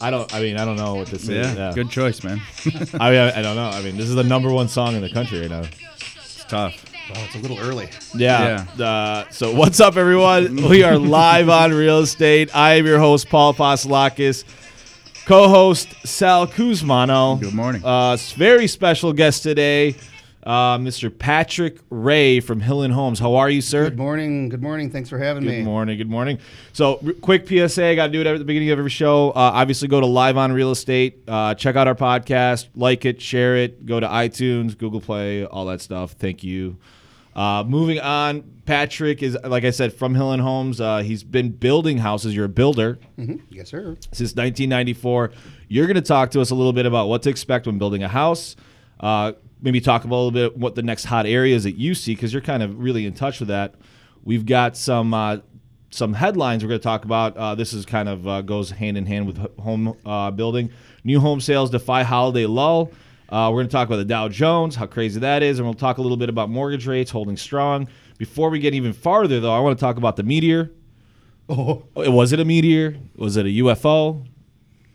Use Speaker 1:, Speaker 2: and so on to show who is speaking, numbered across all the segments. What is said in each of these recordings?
Speaker 1: I don't. I mean, I don't know what this is.
Speaker 2: Yeah,
Speaker 1: Yeah.
Speaker 2: good choice, man.
Speaker 1: I mean, I, I don't know. I mean, this is the number one song in the country right now.
Speaker 2: It's tough.
Speaker 3: Wow, it's a little early.
Speaker 1: Yeah. Uh, so what's up, everyone? We are live on Real Estate. I am your host, Paul Pasalakis. Co-host Sal Kuzmano.
Speaker 2: Good morning.
Speaker 1: Uh, s- very special guest today, uh, Mr. Patrick Ray from Hill and Homes. How are you, sir?
Speaker 3: Good morning. Good morning. Thanks for having me.
Speaker 1: Good morning. Good morning. So, r- quick PSA. I got to do it at the beginning of every show. Uh, obviously, go to Live on Real Estate. Uh, check out our podcast. Like it, share it. Go to iTunes, Google Play, all that stuff. Thank you. Uh, moving on, Patrick is, like I said, from Hill and Homes. Uh, he's been building houses. You're a builder
Speaker 3: Mhm. Yes, sir.
Speaker 1: since 1994. You're going to talk to us a little bit about what to expect when building a house. Uh, maybe talk about a little bit what the next hot areas that you see because you're kind of really in touch with that. We've got some uh, some headlines we're going to talk about. Uh, this is kind of uh, goes hand in hand with h- home uh, building. New home sales defy holiday lull. Uh, we're going to talk about the Dow Jones, how crazy that is, and we'll talk a little bit about mortgage rates holding strong. Before we get even farther, though, I want to talk about the meteor.
Speaker 3: Oh,
Speaker 1: Was it a meteor? Was it a UFO?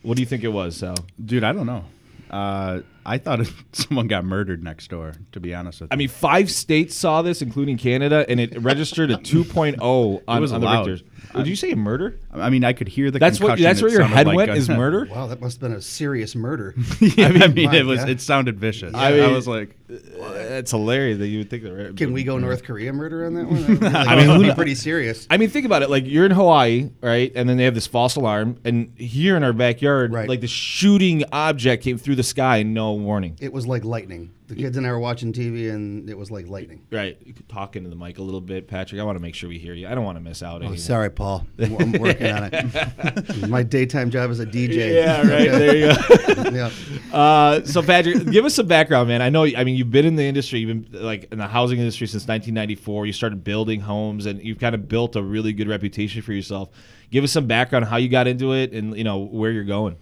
Speaker 1: What do you think it was, Sal?
Speaker 2: Dude, I don't know. Uh, I thought someone got murdered next door, to be honest with you.
Speaker 1: I mean, five states saw this, including Canada, and it registered a 2.0 on,
Speaker 2: was
Speaker 1: on the
Speaker 2: loud.
Speaker 1: Richters. Did you say murder?
Speaker 2: I mean, I could hear the
Speaker 1: That's what.
Speaker 2: concussion.
Speaker 1: That's
Speaker 2: It
Speaker 1: where your
Speaker 2: sounded
Speaker 1: head
Speaker 2: like
Speaker 1: went
Speaker 2: a-
Speaker 1: is murder.
Speaker 3: wow. That must have been a serious murder.
Speaker 2: I mean, it
Speaker 3: my
Speaker 2: was.
Speaker 3: God.
Speaker 2: It sounded vicious.
Speaker 1: I
Speaker 2: I,
Speaker 1: mean-
Speaker 2: was like,
Speaker 1: That's hilarious that you would think that.
Speaker 3: Can we go North Korea murder on that one? I
Speaker 1: mean,
Speaker 3: mean,
Speaker 1: who
Speaker 3: would be
Speaker 1: kn-
Speaker 3: pretty serious.
Speaker 1: I mean, think about it. Like you're in Hawaii, right? And then they have this false alarm, and here in our backyard,
Speaker 3: Right.
Speaker 1: like the shooting object came through the sky, no warning.
Speaker 3: It was like lightning. The kids and I were watching TV, and it was like lightning.
Speaker 1: Right, talking to the mic a little bit, Patrick. I want to make sure we hear you. I don't want to miss out.
Speaker 3: Oh,
Speaker 1: anything.
Speaker 3: sorry, Paul. I'm I'm working on it. My daytime job is a DJ.
Speaker 1: Yeah, right. There you go.
Speaker 3: yeah.
Speaker 1: Uh, so Patrick, give us some background, man. I know, I mean, you've been in the industry, you've been like in the housing industry since 1994. You started building homes, and you've kind of built a really good reputation for yourself. Give us some background on how you got into it, and you know where you're going.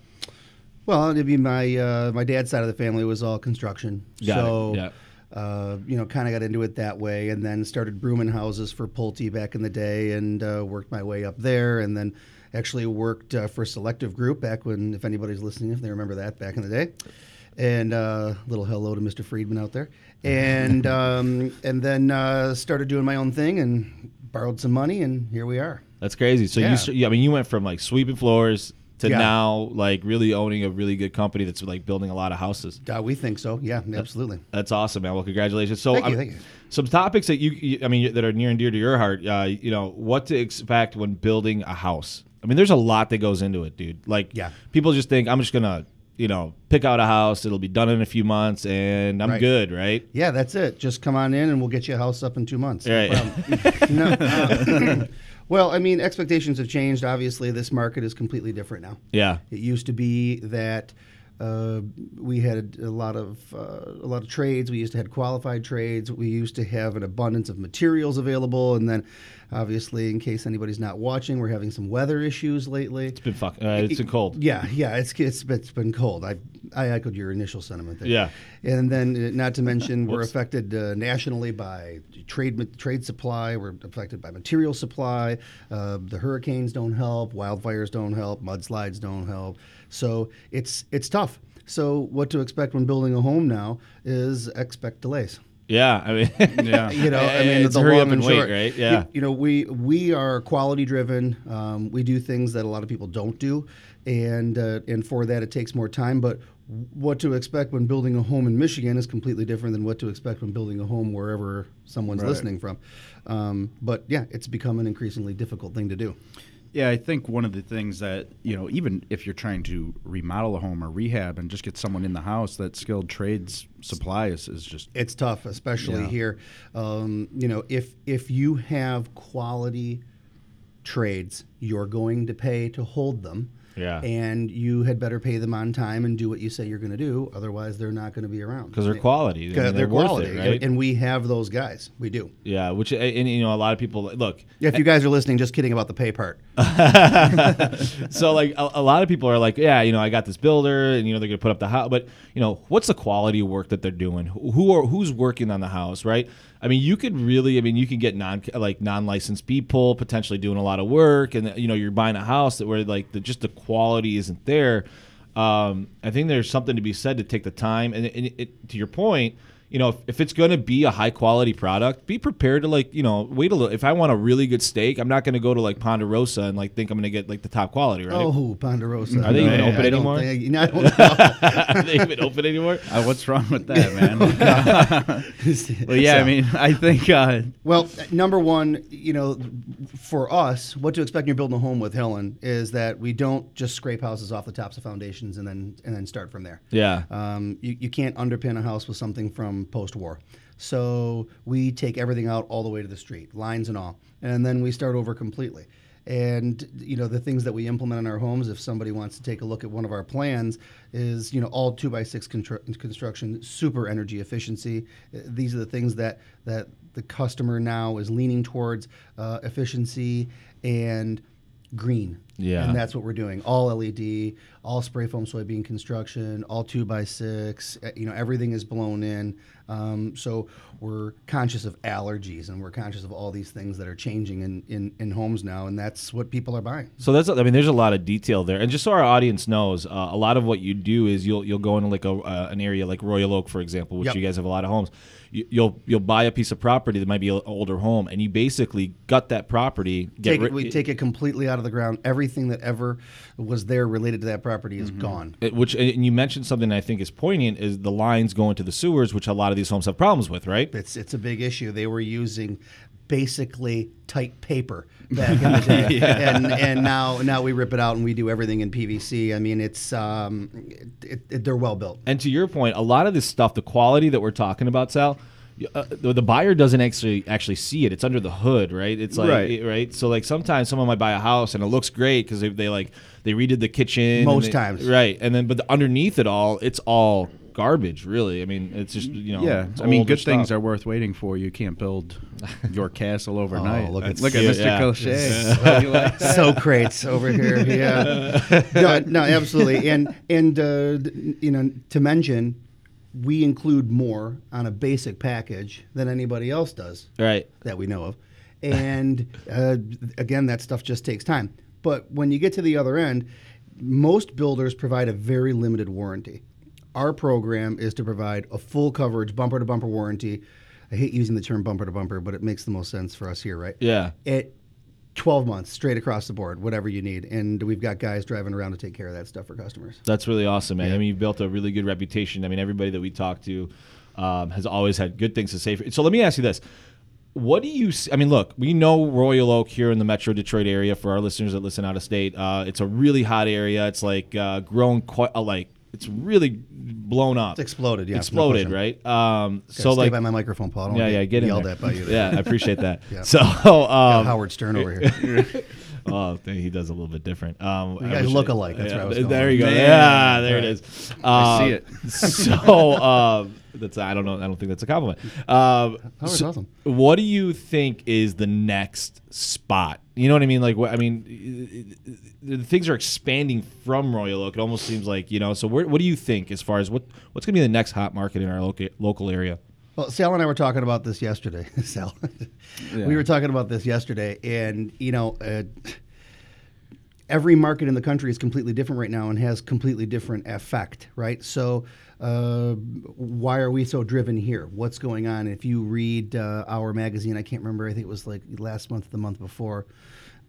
Speaker 3: Well, it'd be my uh, my dad's side of the family was all construction.
Speaker 1: Got it,
Speaker 3: so,
Speaker 1: yeah.
Speaker 3: uh, you know, kind of got into it that way, and then started brooming houses for Pulte back in the day, and uh, worked my way up there, and then actually worked uh, for Selective Group back when, if anybody's listening, if they remember that back in the day. And uh, little hello to Mr. Friedman out there, and um, and then uh, started doing my own thing and borrowed some money, and here we are.
Speaker 1: That's crazy. So
Speaker 3: Yeah.
Speaker 1: you, st- yeah, I mean, you went from like sweeping floors to
Speaker 3: Yeah.
Speaker 1: now like really owning a really good company that's like building a lot of houses.
Speaker 3: Uh, we think so, yeah, absolutely.
Speaker 1: That's awesome, man. Well, congratulations. So,
Speaker 3: Thank you,
Speaker 1: um,
Speaker 3: thank you.
Speaker 1: some topics that you, you, I mean, that are near and dear to your heart. Uh, you know, what to expect when building a house. I mean, there's a lot that goes into it, dude. Like,
Speaker 3: Yeah.
Speaker 1: people just think I'm just gonna, you know, pick out a house. It'll be done in a few months, and I'm
Speaker 3: Right.
Speaker 1: good, right?
Speaker 3: Yeah, that's it. Just come on in, and we'll get you a house up in two months.
Speaker 1: Right.
Speaker 3: No. uh, well, I mean, expectations have changed. Obviously, this market is completely different now.
Speaker 1: Yeah.
Speaker 3: It used to be that uh, we had a lot of uh, a lot of trades. We used to have qualified trades. We used to have an abundance of materials available, and then, obviously, in case anybody's not watching, we're having some weather issues lately.
Speaker 1: It's been fuck. Uh, it's been cold.
Speaker 3: Yeah, yeah, it's it's, it's been cold. I I echoed your initial sentiment there.
Speaker 1: Yeah.
Speaker 3: and then uh, not to mention we're
Speaker 1: Whoops.
Speaker 3: affected uh, nationally by trade ma- trade supply. We're affected by material supply. Uh, the hurricanes don't help. Wildfires don't help. Mudslides don't help. So it's it's tough. So what to expect when building a home now is expect delays
Speaker 1: Yeah. I mean,
Speaker 2: yeah.
Speaker 3: you know, I mean,
Speaker 1: It's
Speaker 3: the
Speaker 1: hurry
Speaker 3: long
Speaker 1: up and
Speaker 3: and
Speaker 1: wait,
Speaker 3: short.
Speaker 1: right?
Speaker 3: You-
Speaker 1: Yeah.
Speaker 3: You, know, we we are quality driven. Um, we do things that a lot of people don't do, and uh, and for that it takes more time. But what to expect when building a home in Michigan is completely different than what to expect when building a home wherever someone's listening from. Um, but yeah, it's become an increasingly difficult thing to do.
Speaker 2: Yeah, I think one of the things that, you know, even if you're trying to remodel a home or rehab and just get someone in the house that skilled trades supply is, is just
Speaker 3: It's tough, especially
Speaker 2: Yeah.
Speaker 3: here. Um, you know, if if you have quality trades, you're going to pay to hold them.
Speaker 1: Yeah.
Speaker 3: And you had better pay them on time and do what you say you're going to do. Otherwise, they're not going to be around.
Speaker 1: because they're quality. I mean,
Speaker 3: they're,
Speaker 1: worth
Speaker 3: quality,
Speaker 1: it, right?
Speaker 3: and we have those guys. We do.
Speaker 1: yeah. Which and, and you know, a lot of people look.
Speaker 3: If you guys are listening, just kidding about the pay part.
Speaker 1: so like a, a lot of people are like, yeah, you know, I got this builder, and you know they're gonna put up the house, but you know, what's the quality of work that they're doing? Who who are who's working on the house, right? I mean, you could really, I mean, you can get non like non licensed people potentially doing a lot of work, and you know, you're buying a house that where like the just the quality isn't there. Um, I think there's something to be said to take the time, and, and it, to your point, you know, if, if it's going to be a high quality product, be prepared to like, you know, wait a little. If I want a really good steak, I'm not going to go to like Ponderosa and like think I'm going to get like the top quality, right?
Speaker 3: Oh, Ponderosa.
Speaker 1: Are they
Speaker 3: No,
Speaker 1: even
Speaker 3: I-
Speaker 1: open
Speaker 3: I don't
Speaker 1: anymore?
Speaker 3: think- no, I don't know.
Speaker 1: Are they even open anymore?
Speaker 2: Uh, what's wrong with that,
Speaker 1: Oh,
Speaker 2: man? well, yeah, I
Speaker 3: So-
Speaker 2: mean, I think uh,
Speaker 3: Well, number one, you know, for us, what to expect when you're building a home with Helen is that we don't just scrape houses off the tops of foundations and then and then start from there.
Speaker 1: Yeah.
Speaker 3: Um, you, you can't underpin a house with something from post-war. So we take everything out all the way to the street, lines and all, and then we start over completely. And you know the things that we implement in our homes. If somebody wants to take a look at one of our plans, is you know all two by six contru- construction, super energy efficiency. Uh, These are the things that that the customer now is leaning towards uh, efficiency and green.
Speaker 1: Yeah.
Speaker 3: and that's that's what we're doing. All LED, all spray foam soybean construction, all two by six. uh, You know, everything is blown in. Um, so we're conscious of allergies, and we're conscious of all these things that are changing in, in, in homes now, and that's what people are buying.
Speaker 1: So that's I mean there's a lot of detail there, and just so our audience knows, uh, a lot of what you do is you'll you'll go into like a uh, an area like Royal Oak, for example, which
Speaker 3: Yep.
Speaker 1: you guys have a lot of homes. You, you'll you'll buy a piece of property that might be an older home, and you basically gut that property. Get
Speaker 3: Take
Speaker 1: ri-
Speaker 3: it, we take it completely out of the ground. Everything that ever was there related to that property is gone.
Speaker 1: it- which and you mentioned something I think is poignant is the lines going to the sewers, which a lot of these homes have problems with, right?
Speaker 3: It's it's a big issue. They were using basically tight paper back in the day, and and now now we rip it out and we do everything in PVC. I mean, it's um, it, it, they're well built.
Speaker 1: And to your point, a lot of this stuff, the quality that we're talking about, Sal, y- uh, the, the buyer doesn't actually actually see it. It's under the hood, right? It's like
Speaker 2: Right.
Speaker 1: it- right? So like sometimes someone might buy a house and it looks great because they, they like they redid the kitchen and
Speaker 3: Most
Speaker 1: they-
Speaker 3: times.
Speaker 1: right? And then but the, underneath it all, it's all garbage, really. I mean, it's just you know,
Speaker 2: yeah,
Speaker 1: Oh, it's
Speaker 2: I mean,
Speaker 1: older
Speaker 2: good things
Speaker 1: stuff.
Speaker 2: are worth waiting for. You can't build your castle overnight.
Speaker 3: look at
Speaker 2: look at
Speaker 1: Skip.
Speaker 2: Mr.
Speaker 1: Yeah.
Speaker 2: Cochet.
Speaker 3: so crates over here. Yeah, no, no, absolutely. And and uh, d- you know, to mention, we include more on a basic package than anybody else does
Speaker 1: right.
Speaker 3: that we know of. And uh, again, that stuff just takes time. But when you get to the other end, most builders provide a very limited warranty. Our program is to provide a full coverage bumper to bumper warranty. I hate using the term bumper to bumper, but it makes the most sense for us here, right?
Speaker 1: Yeah.
Speaker 3: At 12 months straight across the board, whatever you need. And we've got guys driving around to take care of that stuff for customers.
Speaker 1: That's really awesome, man. I mean, you've built a really good reputation. I mean, everybody that we talk to um, has always had good things to say. For, so let me ask you this. What do you? s- I mean, look, we know Royal Oak here in the Metro Detroit area. For our listeners that listen out of state, uh, it's a really hot area. It's like uh, grown quite uh, like it's really blown up.
Speaker 3: It's exploded, yeah. no
Speaker 1: exploded,
Speaker 3: question.
Speaker 1: right? Um, so
Speaker 3: Gotta stay
Speaker 1: like,
Speaker 3: by my microphone, Paul. I don't
Speaker 1: yeah,
Speaker 3: wanna
Speaker 1: yeah,
Speaker 3: get
Speaker 1: get in
Speaker 3: yelled
Speaker 1: there.
Speaker 3: at by you.
Speaker 1: Yeah, I appreciate that. So, um,
Speaker 3: Howard Stern over here.
Speaker 1: oh, he does a little bit different. Um, you
Speaker 3: guys look alike. That's where I was going.
Speaker 1: There you go.
Speaker 2: Man.
Speaker 1: Yeah, there it is.
Speaker 2: I see
Speaker 1: Um, so um, that's I don't know. I don't think that's a compliment. Um,
Speaker 3: Howard's
Speaker 1: so
Speaker 3: awesome.
Speaker 1: What do you think is the next spot? You know what I mean? Like, what, I mean, i- i- i- the things are expanding from Royal Oak. It almost seems like you know. So, where, what do you think as far as what what's going to be the next hot market in our local local area?
Speaker 3: Well, Sal and I were talking about this yesterday. Sal, we were talking about this yesterday, and you know, uh, every market in the country is completely different right now and has completely different effect, right? So, uh, why are we so driven here? What's going on? If you read uh, our magazine, I can't remember. I think it was like last month, the month before.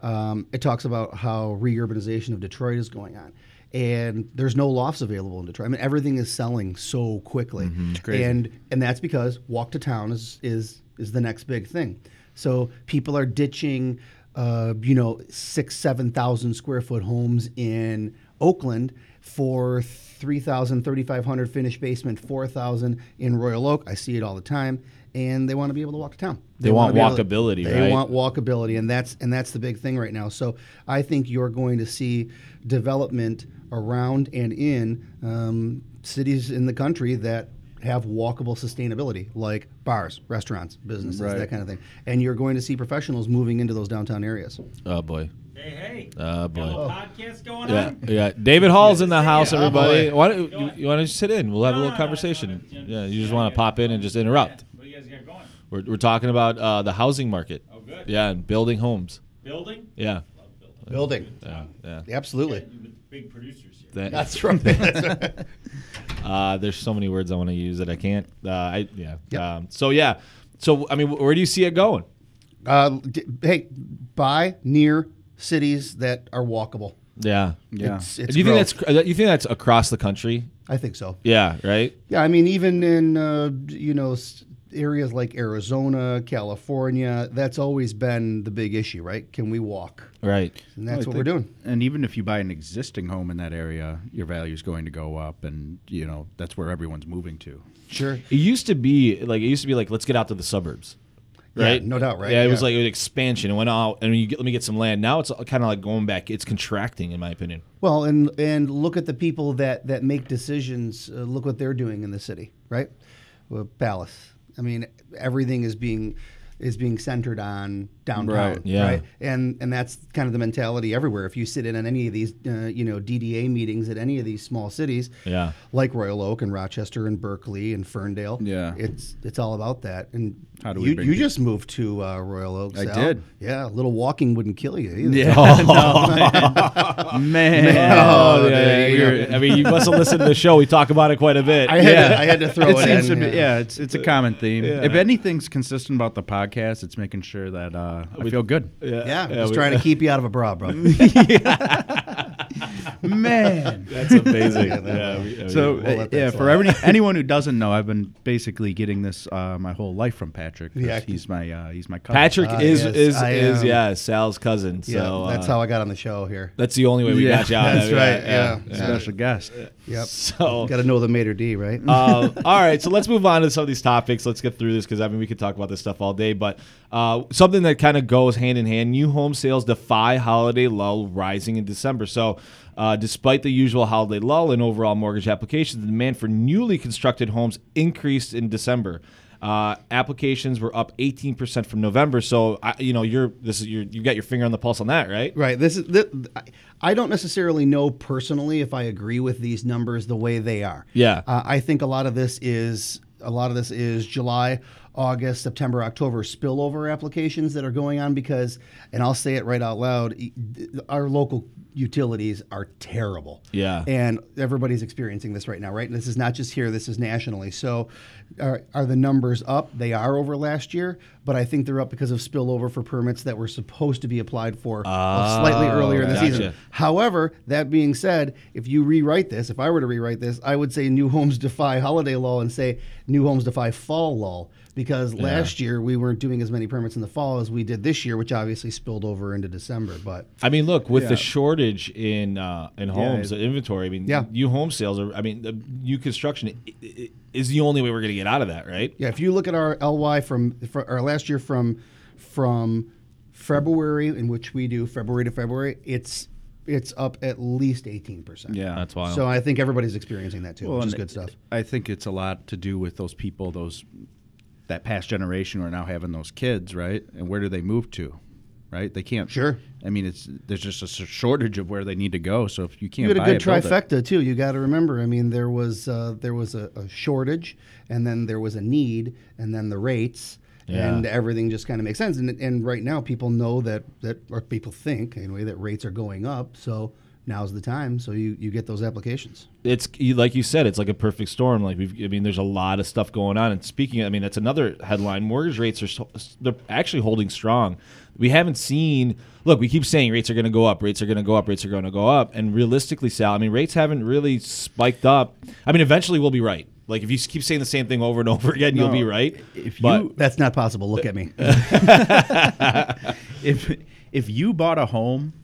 Speaker 3: Um, it talks about how reurbanization of Detroit is going on. And there's no lofts available in Detroit. I mean, everything is selling so quickly,
Speaker 1: Mm-hmm.
Speaker 2: crazy.
Speaker 3: and and and that's because walk to town is is is the next big thing. So people are ditching, uh, you know, six seven thousand square foot homes in Oakland for 3,000, 3,500 finished basement, 4,000 in Royal Oak. I see it all the time. And they want to be able to walk to town.
Speaker 1: They want
Speaker 3: wanna be
Speaker 1: walkability,
Speaker 3: They
Speaker 1: right?
Speaker 3: want walkability, and that's and that's the big thing right now. So I think you're going to see development around and in um, cities in the country that have walkable sustainability, like bars, restaurants, businesses, that
Speaker 2: Right.
Speaker 3: kind of thing. And you're going to see professionals moving into those downtown areas.
Speaker 1: Oh boy.
Speaker 4: Hey, hey.
Speaker 1: Oh
Speaker 4: Got a
Speaker 1: boy.
Speaker 4: little podcast going
Speaker 1: Yeah,
Speaker 4: on?
Speaker 1: yeah. David Hall's in the house,
Speaker 4: Yeah.
Speaker 1: everybody.
Speaker 3: Oh, boy.
Speaker 1: Why don't you, you want to sit in? We'll have a
Speaker 4: No,
Speaker 1: little
Speaker 4: no, no, no,
Speaker 1: conversation.
Speaker 4: no, no.
Speaker 1: Yeah, you just want to pop in and just interrupt.
Speaker 4: What do you guys got going?
Speaker 1: We're, we're talking about uh, the housing market.
Speaker 4: Oh, good.
Speaker 1: Yeah, and building homes.
Speaker 4: Building?
Speaker 1: Yeah.
Speaker 4: Love building.
Speaker 3: Building.
Speaker 1: Yeah. yeah.
Speaker 3: Absolutely.
Speaker 4: Yeah, you big producers here.
Speaker 1: That-
Speaker 3: That's right.
Speaker 1: Uh, there's so many words I want to use that I can't. Uh, I yeah.
Speaker 3: Yep.
Speaker 1: Um, so yeah. So I mean, wh- where do you see it going?
Speaker 3: uh, d- hey, buy near cities that are walkable.
Speaker 1: Yeah.
Speaker 2: Yeah.
Speaker 3: It's, it's
Speaker 1: do you
Speaker 3: growth.
Speaker 1: think that's cr- uh, you think that's across the country?
Speaker 3: I think so.
Speaker 1: Yeah. Right.
Speaker 3: Yeah, I mean, even in uh, you know s- areas like Arizona, California, that's always been the big issue, right? Can we walk?
Speaker 1: Right.
Speaker 3: And that's
Speaker 2: Oh, I
Speaker 3: what we're
Speaker 2: think-
Speaker 3: doing.
Speaker 2: And even if you buy an existing home in that area, your value is going to go up, and you know that's where everyone's moving to.
Speaker 3: Sure.
Speaker 1: It used to be like it used to be like let's get out to the suburbs, right?
Speaker 3: no doubt, right?
Speaker 1: Yeah, it was
Speaker 3: Yeah.
Speaker 1: like an expansion. It went out, and you get, let me get some land. Now it's kind of like going back. It's contracting, in my opinion.
Speaker 3: Well, and and look at the people that that make decisions. Uh, look what they're doing in the city, right? Well, Palace. I mean, everything is being is being centered on downtown,
Speaker 2: Right,
Speaker 1: yeah.
Speaker 3: right? And and that's kind of the mentality everywhere. If you sit in on any of these, uh, you know, DDA meetings at any of these small cities,
Speaker 1: Yeah.
Speaker 3: like Royal Oak and Rochester and Berkeley and Ferndale,
Speaker 2: Yeah.
Speaker 3: it's it's all about that. And
Speaker 2: How do we
Speaker 3: you,
Speaker 2: bring
Speaker 3: you
Speaker 2: people-
Speaker 3: just moved to uh, Royal Oak?
Speaker 2: I
Speaker 3: Sal.
Speaker 2: did.
Speaker 3: Yeah, a little walking wouldn't kill you
Speaker 2: Man,
Speaker 3: either.
Speaker 1: Oh,
Speaker 3: Oh,
Speaker 1: yeah,
Speaker 3: there you
Speaker 1: you're- I mean, you must have listened to the show. We talk about it quite a bit.
Speaker 3: I had, to, I had to throw it,
Speaker 2: it seems
Speaker 3: in.
Speaker 2: to be, yeah, it's it's a common theme. If anything's consistent about the podcast, it's making sure that uh, I feel good.
Speaker 3: Yeah,
Speaker 1: Yeah,
Speaker 3: just
Speaker 1: we-
Speaker 3: trying to keep you out of a bra, bro.
Speaker 2: Man.
Speaker 1: That's amazing. yeah, we- we-
Speaker 2: So uh,
Speaker 3: we'll let that
Speaker 2: yeah, for
Speaker 3: slide.
Speaker 2: every, anyone who doesn't know, I've been basically getting this uh, my whole life from Patrick. 'cause
Speaker 3: Yeah.
Speaker 2: he's my uh, he's my cousin.
Speaker 1: Patrick
Speaker 3: Ah,
Speaker 1: is
Speaker 3: yes,
Speaker 1: is
Speaker 3: I
Speaker 1: is
Speaker 3: am.
Speaker 1: yeah Sal's cousin. So
Speaker 3: yeah, that's
Speaker 1: uh,
Speaker 3: how I got on the show here.
Speaker 1: That's the only way we
Speaker 2: Yeah,
Speaker 1: got you. out of
Speaker 3: that's
Speaker 1: it.
Speaker 3: right, yeah.
Speaker 2: Uh, special guest.
Speaker 3: Yep.
Speaker 1: So
Speaker 3: Got to know the Mater D, right?
Speaker 1: um, all right, so let's move on to some of these topics. Let's get through this because I mean we could talk about this stuff all day. But uh, something that kind of goes hand in hand: new home sales defy holiday lull, rising in December. So, uh, despite the usual holiday lull in overall mortgage applications, the demand for newly constructed homes increased in December. Uh, applications were up 18% from November. So, I, you know, you're this is your you got your finger on the pulse on that, right?
Speaker 3: right. This is. This, I- I don't necessarily know personally if I agree with these numbers the way they are.
Speaker 1: Yeah.
Speaker 3: Uh, I think a lot of this is a lot of this is July, August, September, October spillover applications that are going on because, and I'll say it right out loud, e- d- our local utilities are terrible.
Speaker 1: Yeah.
Speaker 3: and everybody's experiencing this right now, right? And this is not just here; this is nationally. So, are, are the numbers up? They are over last year, but I think they're up because of spillover for permits that were supposed to be applied for uh, slightly earlier in the
Speaker 2: Oh,
Speaker 1: gotcha.
Speaker 3: season. However, that being said, if you rewrite this, if I were to rewrite this, I would say new homes defy holiday law and say new homes defy fall law because last year we weren't doing as many permits in the fall as we did this year, which obviously spilled over into December. But
Speaker 1: I mean, look with
Speaker 2: Yeah.
Speaker 1: the shortage in uh, in homes, the inventory. I mean,
Speaker 3: Yeah.
Speaker 1: new home sales are. I mean, the new construction i- i- is the only way we're going to get out of that, right?
Speaker 3: Yeah, if you look at our LY from, fr our last year from from February, in which we do February to February, it's it's up at least eighteen percent.
Speaker 2: Yeah,
Speaker 1: That's wild.
Speaker 3: So I think everybody's experiencing that too,
Speaker 2: Well,
Speaker 3: which is
Speaker 2: and
Speaker 3: good stuff.
Speaker 2: I think it's a lot to do with those people, those that past generation who are now having those kids, right? And where do they move to? Right? They can't.
Speaker 3: Sure.
Speaker 2: I mean, it's there's just a s- shortage of where they need to go. So if you can't,
Speaker 3: You had a
Speaker 2: buy
Speaker 3: good
Speaker 2: it, build it.
Speaker 3: trifecta too. You got to remember. I mean, there was uh, there was a, a shortage, and then there was a need, and then the rates,
Speaker 1: Yeah.
Speaker 3: and everything just kind of makes sense. And and right now, people know that that or people think anyway that rates are going up. So now's the time. So you you get those applications.
Speaker 1: It's you- like you said, it's like a perfect storm. Like we've, I mean, there's a lot of stuff going on. And speaking, of- I mean, that's another headline. Mortgage rates are so, they're actually holding strong. We haven't seen. Look, we keep saying rates are going to go up, rates are going to go up, rates are going to go up, and realistically, Sal, I mean, rates haven't really spiked up. I mean, eventually we'll be right. Like if you s- keep saying the same thing over and over again, you'll
Speaker 2: No,
Speaker 1: be right.
Speaker 2: if
Speaker 1: But-
Speaker 2: you-
Speaker 3: That's not possible. Look at me.
Speaker 2: if if you bought a home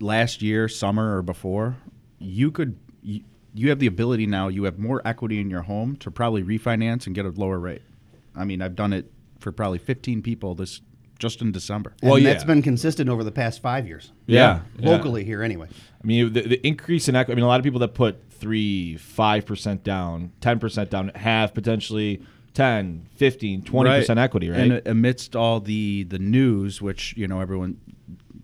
Speaker 2: last year, summer or before, you could you, you have the ability now. You have more equity in your home to probably refinance and get a lower rate. I mean, I've done it for probably 15 people this just in December.
Speaker 1: Well,
Speaker 3: well,
Speaker 1: yeah.
Speaker 3: that's been consistent over the past five years.
Speaker 1: Yeah, yeah.
Speaker 3: locally here anyway.
Speaker 1: I mean, the, the increase in equity. I mean, a lot of people that put three, five percent down, ten percent down, have potentially 10, 15, 20 percent equity, right?
Speaker 2: And amidst all the the news, which you know everyone,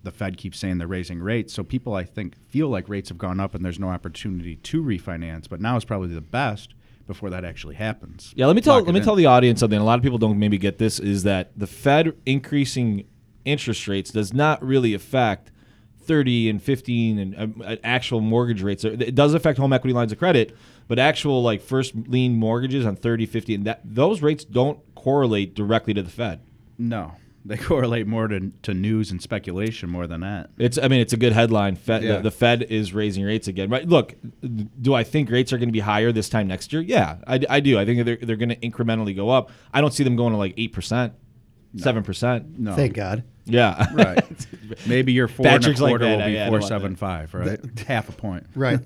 Speaker 2: the Fed keeps saying they're raising rates, so people I think feel like rates have gone up and there's no opportunity to refinance. But now is probably the best before that actually happens.
Speaker 1: Yeah, let me tell
Speaker 2: Lock it
Speaker 1: let me
Speaker 2: in.
Speaker 1: tell the audience something. A lot of people don't maybe get this is that the Fed increasing interest rates does not really affect 30 and 15 and uh, uh, actual mortgage rates. It does affect home equity lines of credit, but actual like first lien mortgages on 30, 50 and that those rates don't correlate directly to the Fed.
Speaker 2: No, they correlate more to, to news and speculation more than that.
Speaker 1: It's. I mean, it's a good headline. Fed,
Speaker 2: Yeah.
Speaker 1: the, the Fed is raising rates again. Right. Look, do I think rates are going to be higher this time next year? Yeah, I, I do. I think they're they're going to incrementally go up. I don't see them going to like eight percent, seven percent.
Speaker 2: No,
Speaker 3: Thank God.
Speaker 1: Yeah.
Speaker 2: right. Maybe your four
Speaker 1: Patrick's
Speaker 2: and a
Speaker 1: like
Speaker 2: quarter
Speaker 1: that,
Speaker 2: will be
Speaker 1: I- I don't
Speaker 2: four
Speaker 1: want that.
Speaker 2: seven five, right? Half a point.
Speaker 3: Right.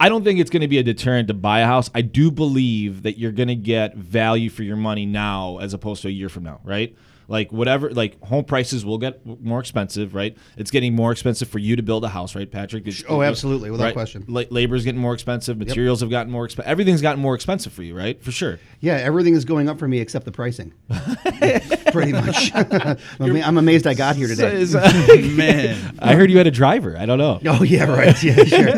Speaker 1: I don't think it's going to be a deterrent to buy a house. I do believe that you're going to get value for your money now as opposed to a year from now, right? Like whatever, like home prices will get more expensive, right? It's getting more expensive for you to build a house, right, Patrick? It's-
Speaker 3: Oh, absolutely, without question.
Speaker 1: La- labor's getting more expensive, materials have gotten more expensive, everything's gotten more expensive for you, right? For sure.
Speaker 3: yeah, everything is going up for me except the pricing. Pretty much. I'm, ama- I'm amazed I got here today.
Speaker 2: uh, Man,
Speaker 1: I heard you had a driver. I don't know.
Speaker 3: Oh yeah, right. Yeah, sure.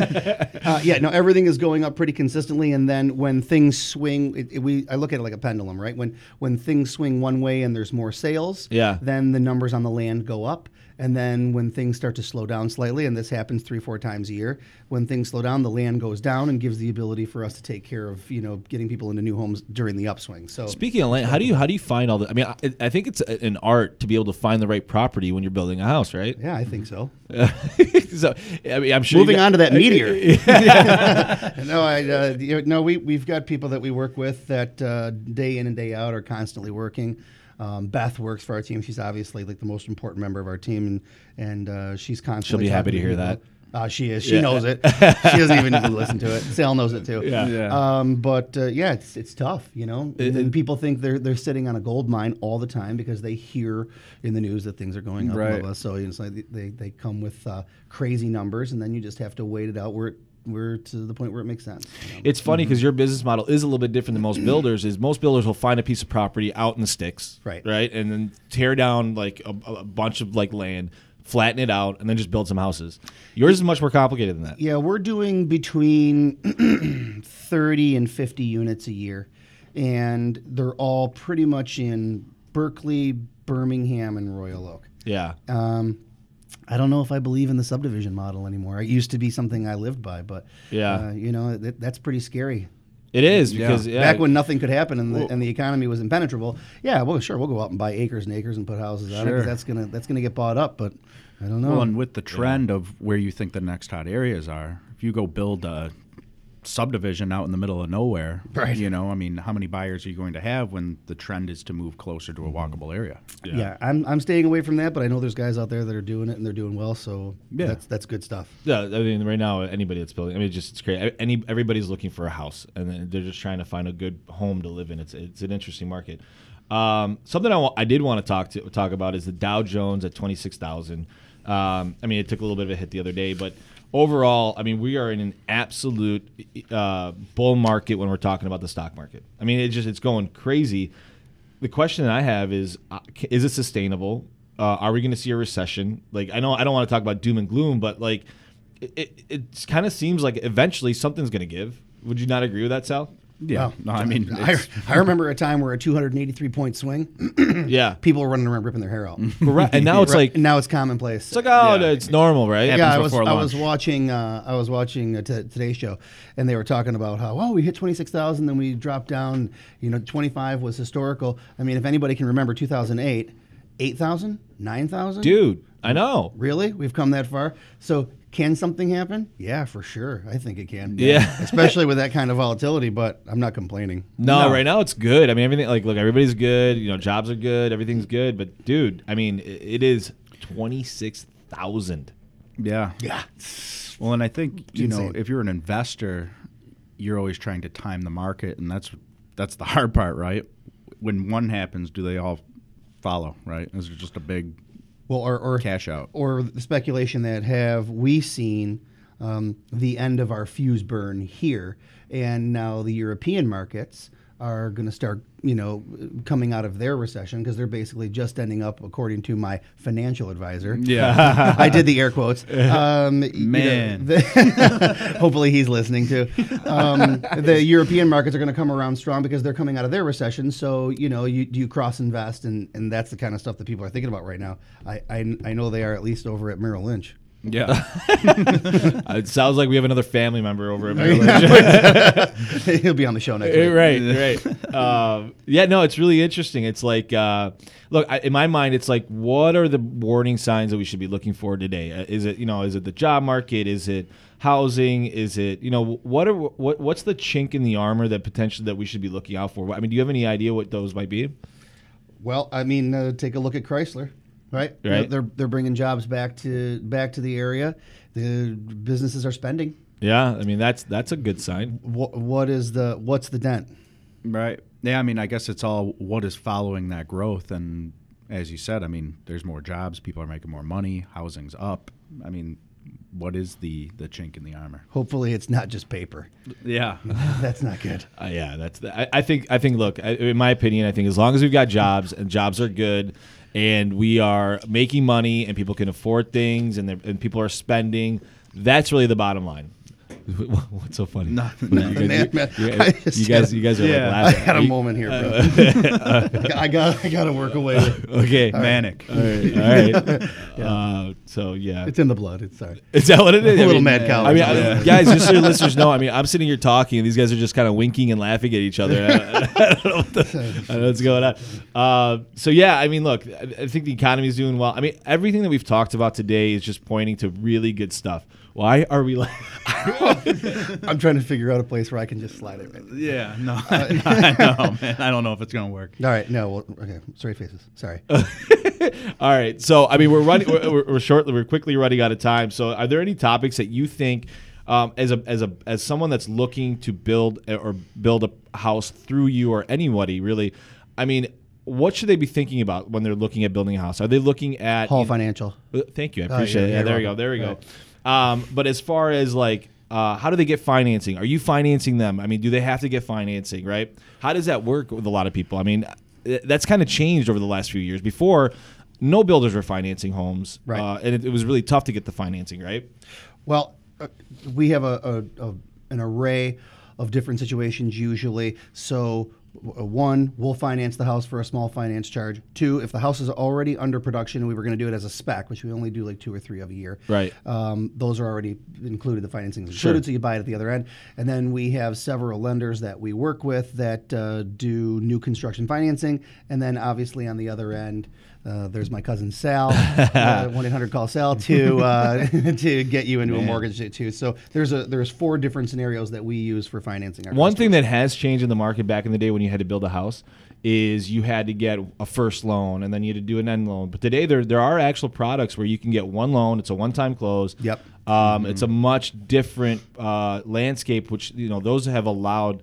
Speaker 3: uh, yeah, no, everything is going up pretty consistently, and then when things swing, it, it- we I look at it like a pendulum, right? When when things swing one way and there's more sales,
Speaker 1: Yeah.
Speaker 3: then the numbers on the land go up, and then when things start to slow down slightly, and this happens three four times a year, when things slow down, the land goes down and gives the ability for us to take care of you know getting people into new homes during the upswing. So
Speaker 1: Speaking of land, how do you how do you find all the? I mean, I, I think it's a- an art to be able to find the right property when you're building a house, right?
Speaker 3: yeah, I think so.
Speaker 1: so, I mean, I'm sure. you
Speaker 3: Moving
Speaker 1: got-
Speaker 3: on to that meteor. no, I, uh, you know, no, we, we've got people that we work with that uh, day in and day out are constantly working. Um, Beth works for our team. She's obviously like the most important member of our team, and, and uh, she's constantly.
Speaker 1: be happy
Speaker 3: talking
Speaker 1: to hear
Speaker 3: people.
Speaker 1: that.
Speaker 3: Uh, she is. She knows it. She doesn't even need to listen to it. Sal knows it too.
Speaker 1: Yeah.
Speaker 2: Yeah.
Speaker 3: Um, but uh, yeah, it's it's tough, you know. And, then people think they're they're sitting on a gold mine all the time because they hear in the news that things are going up. blah,
Speaker 2: Right.
Speaker 3: blah. So you know, it's like they they come with uh, crazy numbers, and then you just have to wait it out where it, where to the point where it makes sense. you know?
Speaker 1: It's funny because your business model is a little bit different than most builders. Is most builders will find a piece of property out in the sticks,
Speaker 3: Right.
Speaker 1: right, and then tear down like a, a bunch of like land, flatten it out, and then just build some houses. Yours is much more complicated than that.
Speaker 3: Yeah, we're doing between 30 and 50 units a year, and they're all pretty much in Berkeley, Birmingham, and Royal Oak.
Speaker 1: Yeah,
Speaker 3: Um, I don't know if I believe in the subdivision model anymore. It used to be something I lived by, but
Speaker 1: Yeah.
Speaker 3: uh, you know that, that's pretty scary.
Speaker 1: it is
Speaker 2: Yeah.
Speaker 1: because yeah,
Speaker 3: Back when nothing could happen and the, and the economy was impenetrable, yeah, well, sure, we'll go out and buy acres and acres and put houses on it.
Speaker 2: Sure.
Speaker 3: 'cause That's gonna that's gonna get bought up, but I don't know.
Speaker 2: Well, and with the trend of where you think the next hot areas are, if you go build a subdivision out in the middle of nowhere, right. you know, I mean, how many buyers are you going to have when the trend is to move closer to a walkable area?
Speaker 3: yeah. I'm I'm staying away from that, but I know there's guys out there that are doing it and they're doing well, so
Speaker 2: Yeah.
Speaker 3: that's that's good stuff.
Speaker 1: Yeah, I mean, right now anybody that's building, I mean, just it's great. E-, Any everybody's looking for a house, and then they're just trying to find a good home to live in. It's it's an interesting market. Um, something I wa- I did want to talk to talk about is the Dow Jones at twenty six thousand. Um, I mean, it took a little bit of a hit the other day, but overall, I mean, we are in an absolute uh, bull market when we're talking about the stock market. I mean, it just it's going crazy the question that I have is: uh, ca- Is it sustainable? Uh, are we going to see a recession? Like, I know I don't want to talk about doom and gloom, but like, it it, it kind of seems like eventually something's going to give. Would you not agree with that, Sal?
Speaker 2: Yeah.
Speaker 3: Wow.
Speaker 2: No, I mean,
Speaker 3: I,
Speaker 2: it's-
Speaker 3: I remember a time where a 283 point swing,
Speaker 1: yeah,
Speaker 3: people were running around ripping their hair out.
Speaker 1: correct. And now it's like
Speaker 3: and now it's commonplace.
Speaker 1: it's like oh,
Speaker 2: Yeah.
Speaker 1: it's normal, right?
Speaker 3: yeah,
Speaker 2: happens
Speaker 3: I was
Speaker 2: before
Speaker 3: I was
Speaker 2: lunch.
Speaker 3: watching uh, I was watching uh, t- today's show, and they were talking about how oh we hit twenty six thousand, then we dropped down. You know, twenty five was historical. I mean, if anybody can remember two thousand eight, eight thousand, nine thousand,
Speaker 1: dude, I know.
Speaker 3: really, we've come that far. So can something happen? Yeah, for sure. I think it can.
Speaker 1: Yeah.
Speaker 3: especially with that kind of volatility. But I'm not complaining.
Speaker 1: No, right now it's good. I mean, everything like look, everybody's good. You know, jobs are good. Everything's good. But dude, I mean, i- it is twenty six thousand.
Speaker 2: yeah.
Speaker 3: Yeah,
Speaker 2: Well, and I think you know
Speaker 3: insane.
Speaker 2: if you're an investor, you're always trying to time the market, and that's that's the hard part, right? When one happens, do they all follow? Right? This is just a big
Speaker 3: well, or or
Speaker 2: cash out.
Speaker 3: or the speculation that have we seen um, the end of our fuse burn here, and now the European markets are going to start, you know, coming out of their recession because they're basically just ending up, according to my financial advisor.
Speaker 1: Yeah.
Speaker 3: I did the air quotes. Um, you know,
Speaker 2: Man.
Speaker 3: the- hopefully he's listening too. Um, the European markets are going to come around strong because they're coming out of their recession. So you know, you you cross invest, and and that's the kind of stuff that people are thinking about right now. I I, I know they are at least over at Merrill Lynch.
Speaker 2: Yeah.
Speaker 1: Uh, it sounds like we have another family member over at Maryland.
Speaker 3: He'll be on the show next
Speaker 1: Eh, right,
Speaker 3: week.
Speaker 1: right. um, yeah, no, it's really interesting. It's like, uh, look, I, in my mind, it's like, what are the warning signs that we should be looking for today? Uh, is it, you know, is it the job market? Is it housing? Is it, you know, wh- what are what what's the chink in the armor that potentially that we should be looking out for? I mean, do you have any idea what those might be?
Speaker 3: Well, I mean, uh, take a look at Chrysler, right?
Speaker 1: Right.
Speaker 3: They're they're bringing jobs back to back to the area. The businesses are spending.
Speaker 1: Yeah, I mean, that's that's a good sign.
Speaker 3: What what is the what's the dent?
Speaker 2: Right. Yeah, I mean, I guess it's all what is following that growth. And as you said, I mean, there's more jobs, people are making more money, housing's up. I mean, what is the the chink in the armor?
Speaker 3: Hopefully, it's not just paper.
Speaker 2: Yeah.
Speaker 3: That's not good.
Speaker 1: Uh, yeah, that's. The, I, I think. I think. Look, I, in my opinion, I think as long as we've got jobs and jobs are good, and we are making money, and people can afford things, and they're- and people are spending, that's really the bottom line. What's so funny? You, guys,
Speaker 3: man.
Speaker 1: you- you
Speaker 3: I
Speaker 1: guys,
Speaker 3: just
Speaker 1: you guys,
Speaker 3: had-
Speaker 1: you guys are
Speaker 2: Yeah.
Speaker 1: like
Speaker 3: I
Speaker 1: laughing.
Speaker 3: had a
Speaker 1: You- Uh,
Speaker 3: moment here, bro. I got I got to work away.
Speaker 1: Okay,
Speaker 2: Manic.
Speaker 1: All right. All right. Uh, so yeah,
Speaker 3: It's in the blood. It's sorry.
Speaker 1: Is that what it is?
Speaker 3: A little mad cow.
Speaker 1: I mean, I-
Speaker 3: Yeah.
Speaker 1: guys, just so your listeners know, I mean, I'm sitting here talking, and these guys are just kind of winking and laughing at each other. I, don't know what the- I don't know what's going on. Uh, so yeah, I mean, look, I, I think the economy is doing well. I mean, everything that we've talked about today is just pointing to really good stuff. Why are we like?
Speaker 3: I'm trying to figure out a place where I can just slide it. in.
Speaker 2: Yeah. No, I know, man. I don't know if it's going to work.
Speaker 3: All right. No. Well, okay. Straight faces. Sorry.
Speaker 1: Uh, All right, so I mean, we're running, we're, we're- we're shortly, we're quickly running out of time. So, are there any topics that you think, um, as a as a as someone that's looking to build or build a house through you or anybody really, I mean, what should they be thinking about when they're looking at building a house? Are they looking at
Speaker 3: Paul Financial.
Speaker 1: Uh, Thank you, I
Speaker 3: Oh,
Speaker 1: appreciate
Speaker 3: you're-
Speaker 1: it. Yeah,
Speaker 3: you're
Speaker 1: there we go,
Speaker 3: welcome.
Speaker 1: there we go. Um, but as far as like. Uh, how do they get financing? Are you financing them? I mean, do they have to get financing, right? How does that work with a lot of people? I mean, th- that's kind of changed over the last few years. Before, no builders were financing homes,
Speaker 3: Right.
Speaker 1: Uh, and it, it was really tough to get the financing, right?
Speaker 3: Well, uh, we have a, a, a an array of different situations usually. So, w- uh, one, we'll finance the house for a small finance charge. Two, if the house is already under production, we were going to do it as a spec, which we only do like two or three of a year.
Speaker 1: Right.
Speaker 3: Um, those are already included. The financing is
Speaker 1: Sure.
Speaker 3: included, so you buy it at the other end. And then we have several lenders that we work with that uh, do new construction financing. And then obviously on the other end, uh, there's my cousin Sal, uh, one eight hundred call Sal to uh, to get you into a mortgage too. So there's a there's four different scenarios that we use for financing. Our
Speaker 1: One
Speaker 3: customers.
Speaker 1: thing that has changed in the market back in the day when you had to build a house is you had to get a first loan and then you had to do an end loan. But today there there are actual products where you can get one loan. It's a one time close.
Speaker 3: Yep.
Speaker 1: Um, It's a much different uh, landscape, which you know those have allowed.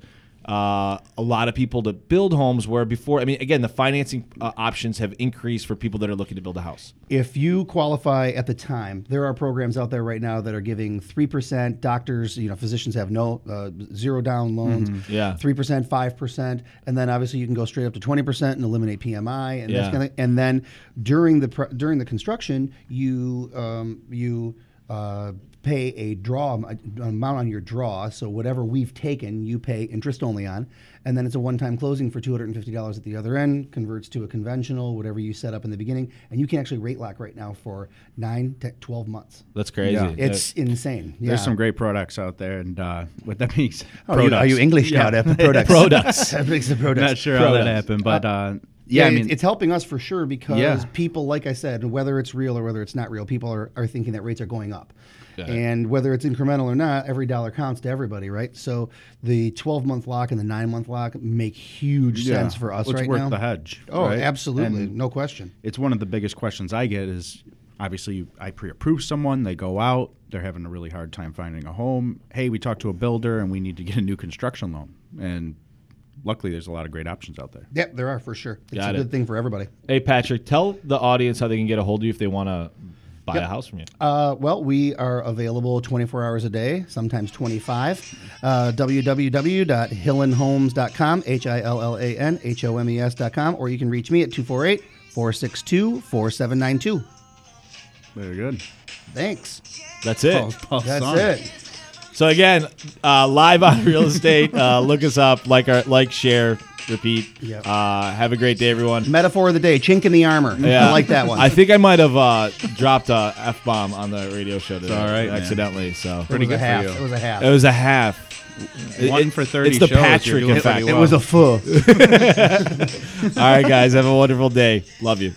Speaker 1: Uh, a lot of people to build homes where before, I mean, again, the financing uh, options have increased for people that are looking to build a house.
Speaker 3: if you qualify at the time, there are programs out there right now that are giving three percent. Doctors, you know, physicians have no uh, zero down loans.
Speaker 1: Mm-hmm. Yeah.
Speaker 3: three percent, five percent, and then obviously you can go straight up to twenty percent and eliminate PMI and
Speaker 1: Yeah.
Speaker 3: that's kind of. And then during the pr- during the construction, you um, you. Uh, pay a draw an amount on your draw so whatever we've taken you pay interest only on and then it's a one-time closing for $250 at the other end converts to a conventional whatever you set up in the beginning and you can actually rate lock right now for 9 to 12 months
Speaker 1: That's crazy.
Speaker 2: Yeah.
Speaker 3: it's insane yeah.
Speaker 2: There's some great products out there. And uh, with that being said,
Speaker 3: Oh, are, you, are you english
Speaker 2: Yeah.
Speaker 3: now Deb? products
Speaker 1: Products.
Speaker 3: That makes the
Speaker 2: I'm
Speaker 3: products
Speaker 2: not sure how that
Speaker 1: Products.
Speaker 2: happened, but uh,
Speaker 3: yeah,
Speaker 2: yeah, I mean,
Speaker 3: it's, it's helping us for sure because
Speaker 2: Yeah.
Speaker 3: people, like I said, whether it's real or whether it's not real, people are, are thinking that rates are going up.
Speaker 1: Yeah.
Speaker 3: And whether it's incremental or not, every dollar counts to everybody, right? So the 12 month lock and the nine month lock make huge
Speaker 2: yeah,
Speaker 3: sense for us
Speaker 2: it's
Speaker 3: right
Speaker 2: worth
Speaker 3: now.
Speaker 2: the hedge.
Speaker 3: oh,
Speaker 2: right?
Speaker 3: absolutely.
Speaker 2: And-
Speaker 3: no question.
Speaker 2: it's one of the biggest questions I get is obviously you- I pre-approve someone, they go out, they're having a really hard time finding a home. Hey, we talked to a builder and we need to get a new construction loan. And luckily there's a lot of great options out there.
Speaker 3: Yep, there are for sure. It's
Speaker 1: Got
Speaker 3: a
Speaker 1: it.
Speaker 3: good thing for everybody.
Speaker 1: Hey, Patrick, tell the audience how they can get a hold of you if they want to buy a house from you?
Speaker 3: Uh, well, we are available 24 hours a day, sometimes 25. Uh, www.hillenhomes.com, H I L L A N H O M E S.com, or you can reach me at 248 462 4792.
Speaker 2: Very good.
Speaker 3: Thanks.
Speaker 1: That's it.
Speaker 2: Paul
Speaker 3: That's
Speaker 2: Sung.
Speaker 3: it.
Speaker 1: So again, uh, live on real estate. Uh, look us up, like our like, share, repeat.
Speaker 3: Yep.
Speaker 1: Uh, have a great day, everyone.
Speaker 3: Metaphor of the day chink in the armor. I like that one.
Speaker 1: I think I might have uh, dropped a f bomb on the radio show today,
Speaker 2: all right, man.
Speaker 1: accidentally. So
Speaker 3: it was
Speaker 2: good for
Speaker 3: a half.
Speaker 2: you.
Speaker 3: It was a half.
Speaker 1: it was a half.
Speaker 2: One for 30
Speaker 1: It's the
Speaker 2: shows, you're
Speaker 1: Patrick
Speaker 2: doing
Speaker 1: effect.
Speaker 2: pretty
Speaker 1: All
Speaker 2: well.
Speaker 3: it was a full.
Speaker 1: right, guys, have a wonderful day. Love you.